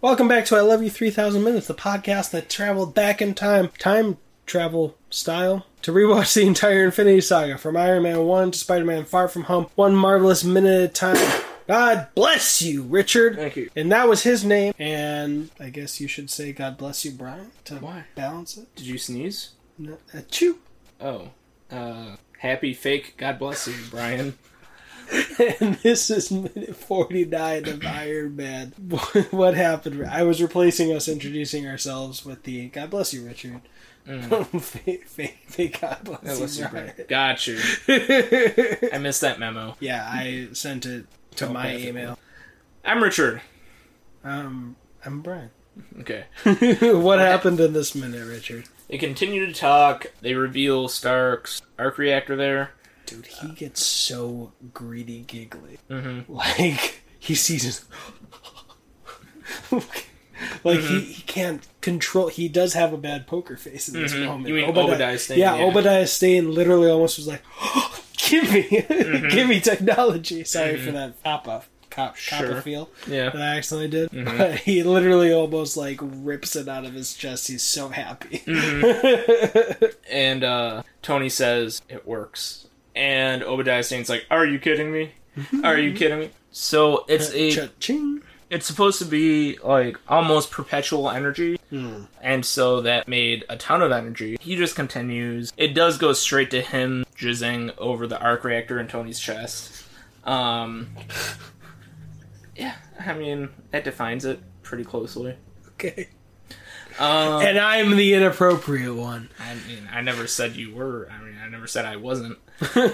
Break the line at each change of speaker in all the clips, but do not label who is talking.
Welcome back to I Love You 3000 Minutes, the podcast that traveled back in time, time travel style, to rewatch the entire Infinity Saga from Iron Man 1 to Spider Man Far From Home, one marvelous minute at a time. God bless you, Richard.
Thank you.
And that was his name, and I guess you should say God bless you, Brian, to
Why?
balance it.
Did you sneeze?
No, achoo.
Oh. Uh, happy fake. God bless you, Brian.
and this is minute 49 of Iron Man. what happened? I was replacing us introducing ourselves with the God bless you, Richard. Mm. fake, fake, fake God
God
bless,
bless you,
you,
Brian.
Brian.
Got you. I missed that memo.
yeah, I sent it to my
Telepathically.
email.
I'm Richard.
Um, I'm Brian.
Okay.
what happened in this minute, Richard?
They continue to talk. They reveal Stark's arc reactor there.
Dude, he gets so greedy giggly.
Mm-hmm.
Like, he sees his. Like
Mm-hmm.
he, he can't control. He does have a bad poker face in this
Mhm.
moment.
You mean
Obadi-
Obadiah Stane,
Yeah,
yeah.
Obadiah Stane literally almost was like, "Give me,
Mm-hmm.
give me technology." Sorry for that cop off, cop
Sure. Mm-hmm.
cop feel that
Yeah.
I accidentally did. But he literally almost like rips it out of his chest. He's so happy.
And uh, Tony says it works. And Obadiah Stane's like, "Are you kidding me? Are you kidding me?" So it's a
Cha-ching.
it's supposed to be like almost perpetual energy, and so that made a ton of energy. He just continues. It does go straight to him jizzing over the arc reactor in Tony's chest. Um, yeah, I mean that defines it pretty closely.
Okay.
Um,
And I'm the inappropriate one.
I mean, I never said you were. I mean, I never said I wasn't.
Um,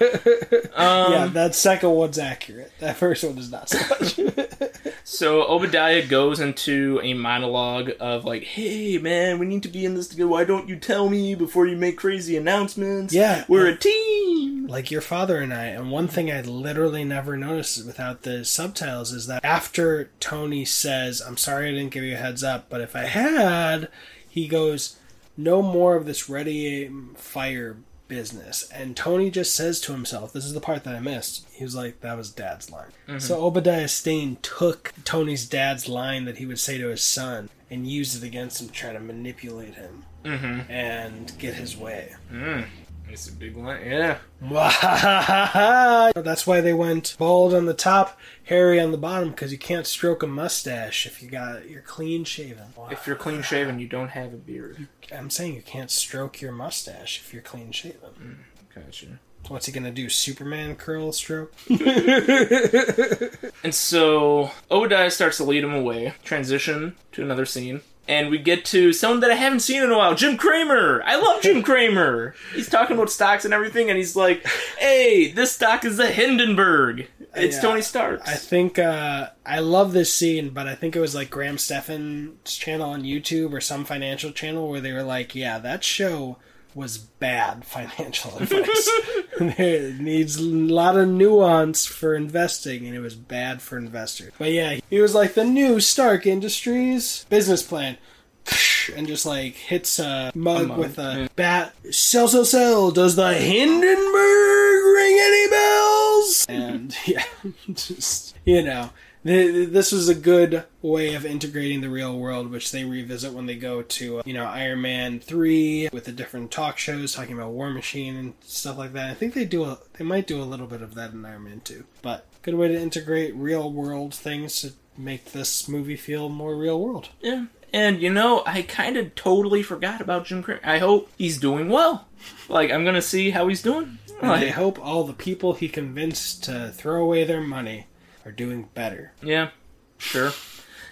yeah, that second one's accurate. That first one is not so much.
So Obadiah goes into a monologue of like, "Hey man, we need to be in this together. Why don't you tell me before you make crazy announcements?
Yeah.
we're a team."
like your father and I. And one thing I literally never noticed without the subtitles is that after Tony says, I'm sorry I didn't give you a heads up, but if I had, he goes, No more of this ready aim fire business. And Tony just says to himself, This is the part that I missed. He was like, That was dad's line. So Obadiah Stane took Tony's dad's line that he would say to his son and used it against him, trying to manipulate him and get his way.
It's a big one. Yeah,
That's why they went bald on the top, hairy on the bottom, because you can't stroke a mustache if you got you're clean shaven.
if you're clean shaven, you don't have a beard.
I'm saying you can't stroke your mustache if you're clean shaven.
Gotcha.
What's he gonna do? Superman curl stroke?
And so Obadiah starts to lead him away. Transition to another scene. And we get to someone that I haven't seen in a while, Jim Cramer. I love Jim Cramer. He's talking about stocks and everything, and he's like, "Hey, this stock is the Hindenburg. It's
Yeah.
Tony Stark's."
I think uh, I love this scene, but I think it was like Graham Stephan's channel on YouTube or some financial channel where they were like, "Yeah, that show was bad financial advice. there needs a lot of nuance for investing, and it was bad for investors." But yeah, he was like the new Stark Industries business plan. And just like hits a mug,
mug,
with a bat. Sell, sell, sell. Does the Hindenburg ring any bells? And yeah, just you know, th- th- this was a good way of integrating the real world, which they revisit when they go to uh, you know Iron Man three with the different talk shows talking about War Machine and stuff like that. I think they do a, they might do a little bit of that in Iron Man two, but good way to integrate real world things to make this movie feel more real world.
Yeah. And you know, I kind of totally forgot about Jim Cramer. I hope he's doing well. Like I'm gonna see how he's doing.
And I
Like,
hope all the people he convinced to throw away their money are doing better.
yeah, sure.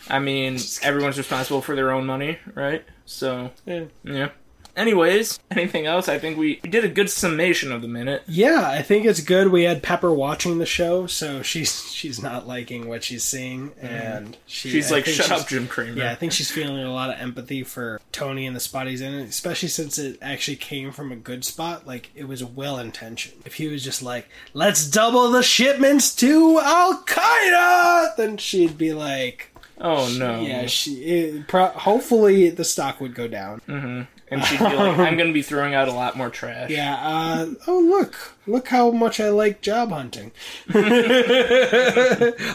I mean, everyone's responsible for their own money, right? So
Yeah.
yeah. Anyways, anything else? I think we, we did a good summation of the minute.
Yeah, I think it's good. We had Pepper watching the show, so she's she's not liking what she's seeing, and she,
She's
I
like,
think
"Shut
she's-
up, Jim Cramer."
Yeah, I think she's feeling a lot of empathy for Tony and the spot he's in, especially since it actually came from a good spot. Like it was well intentioned. If he was just like, "Let's double the shipments to Al Qaeda," then she'd be like,
oh no.
"Yeah, she." It, pro- hopefully, the stock would go down.
and she'd be like, "I'm going to be throwing out a lot more trash."
Yeah. Uh, oh, look. Look how much I like job hunting.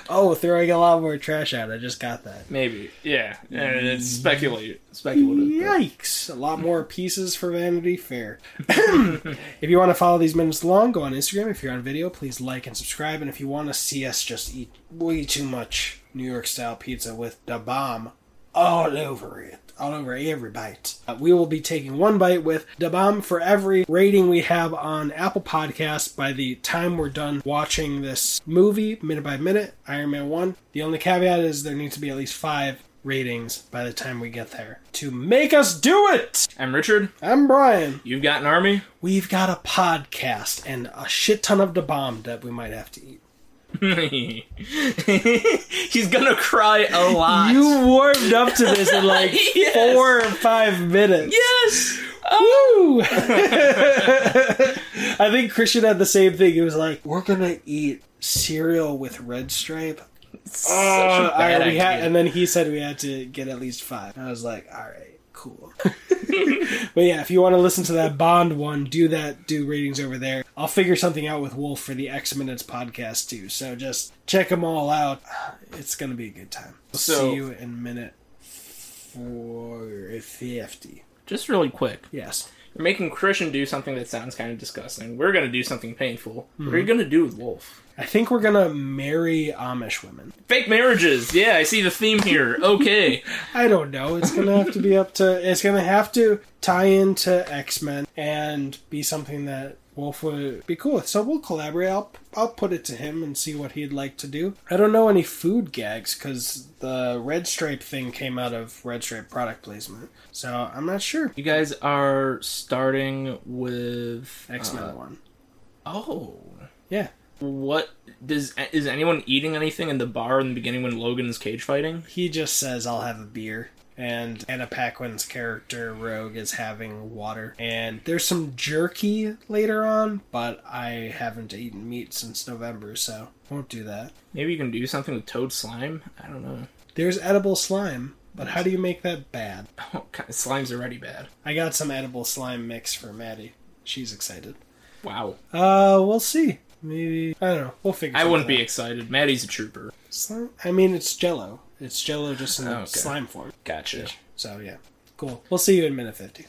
oh, throwing a lot more trash out. I just got that.
Maybe. Yeah. yeah it's
Mm-hmm.
speculative. Speculative. but-
Yikes. A lot more pieces for Vanity Fair. if you want to follow these minutes long, go on Instagram. If you're on video, please like and subscribe. And if you want to see us just eat way too much New York style pizza with the bomb all over it, all over every bite, uh, we will be taking one bite with the bomb for every rating we have on Apple Podcasts by the time we're done watching this movie, minute by minute, Iron Man 1. The only caveat is there needs to be at least five ratings by the time we get there to make us do it.
I'm Richard.
I'm Brian.
You've got an army.
We've got a podcast and a shit ton of the bomb that we might have to eat.
He's gonna cry a lot.
You warmed up to this in like
Yes.
four or five minutes.
yes.
Woo! I think Christian had the same thing. He was like, "We're gonna eat cereal with red stripe."
Such a
All
bad
right, Uh, we
idea.
had, and then he said we had to get at least five. And I was like, all right, cool. but yeah, if you want to listen to that Bond one, do that. Do ratings over there. I'll figure something out with Wolf for the X Minutes podcast too. So just check them all out. It's gonna be a good time. We'll
So-
see you in minute four fifty.
Just really quick.
Yes.
You're making Christian do something that sounds kind of disgusting. We're gonna do something painful. What are you gonna do with Wolf?
I think we're gonna marry Amish women.
Fake marriages. Yeah, I see the theme here. Okay.
I don't know. It's gonna have to be up to. It's gonna have to tie into X Men and be something that Wolf would be cool with. So we'll collaborate. I'll I'll put it to him and see what he'd like to do. I don't know any food gags because the Red Stripe thing came out of Red Stripe product placement. So I'm not sure.
you guys are starting with
X Men
uh,
one.
oh.
Yeah.
What does is anyone eating anything in the bar in the beginning when Logan is cage fighting?
He just says, "I'll have a beer." And Anna Paquin's character Rogue is having water, and there's some jerky later on, but I haven't eaten meat since November, so won't do that.
Maybe you can do something with toad slime. I don't know.
There's edible slime, but how do you make that bad?
Oh, God, slime's already bad.
I got some edible slime mix for Maddie. She's excited.
Wow.
Uh, we'll see. Maybe I don't know. We'll figure.
I
something
wouldn't be
out.
excited. Maddie's a trooper.
Slime? I mean, it's Jello. It's Jello just in
Oh, okay.
slime form.
Gotcha.
So yeah, cool. We'll see you in minute fifty.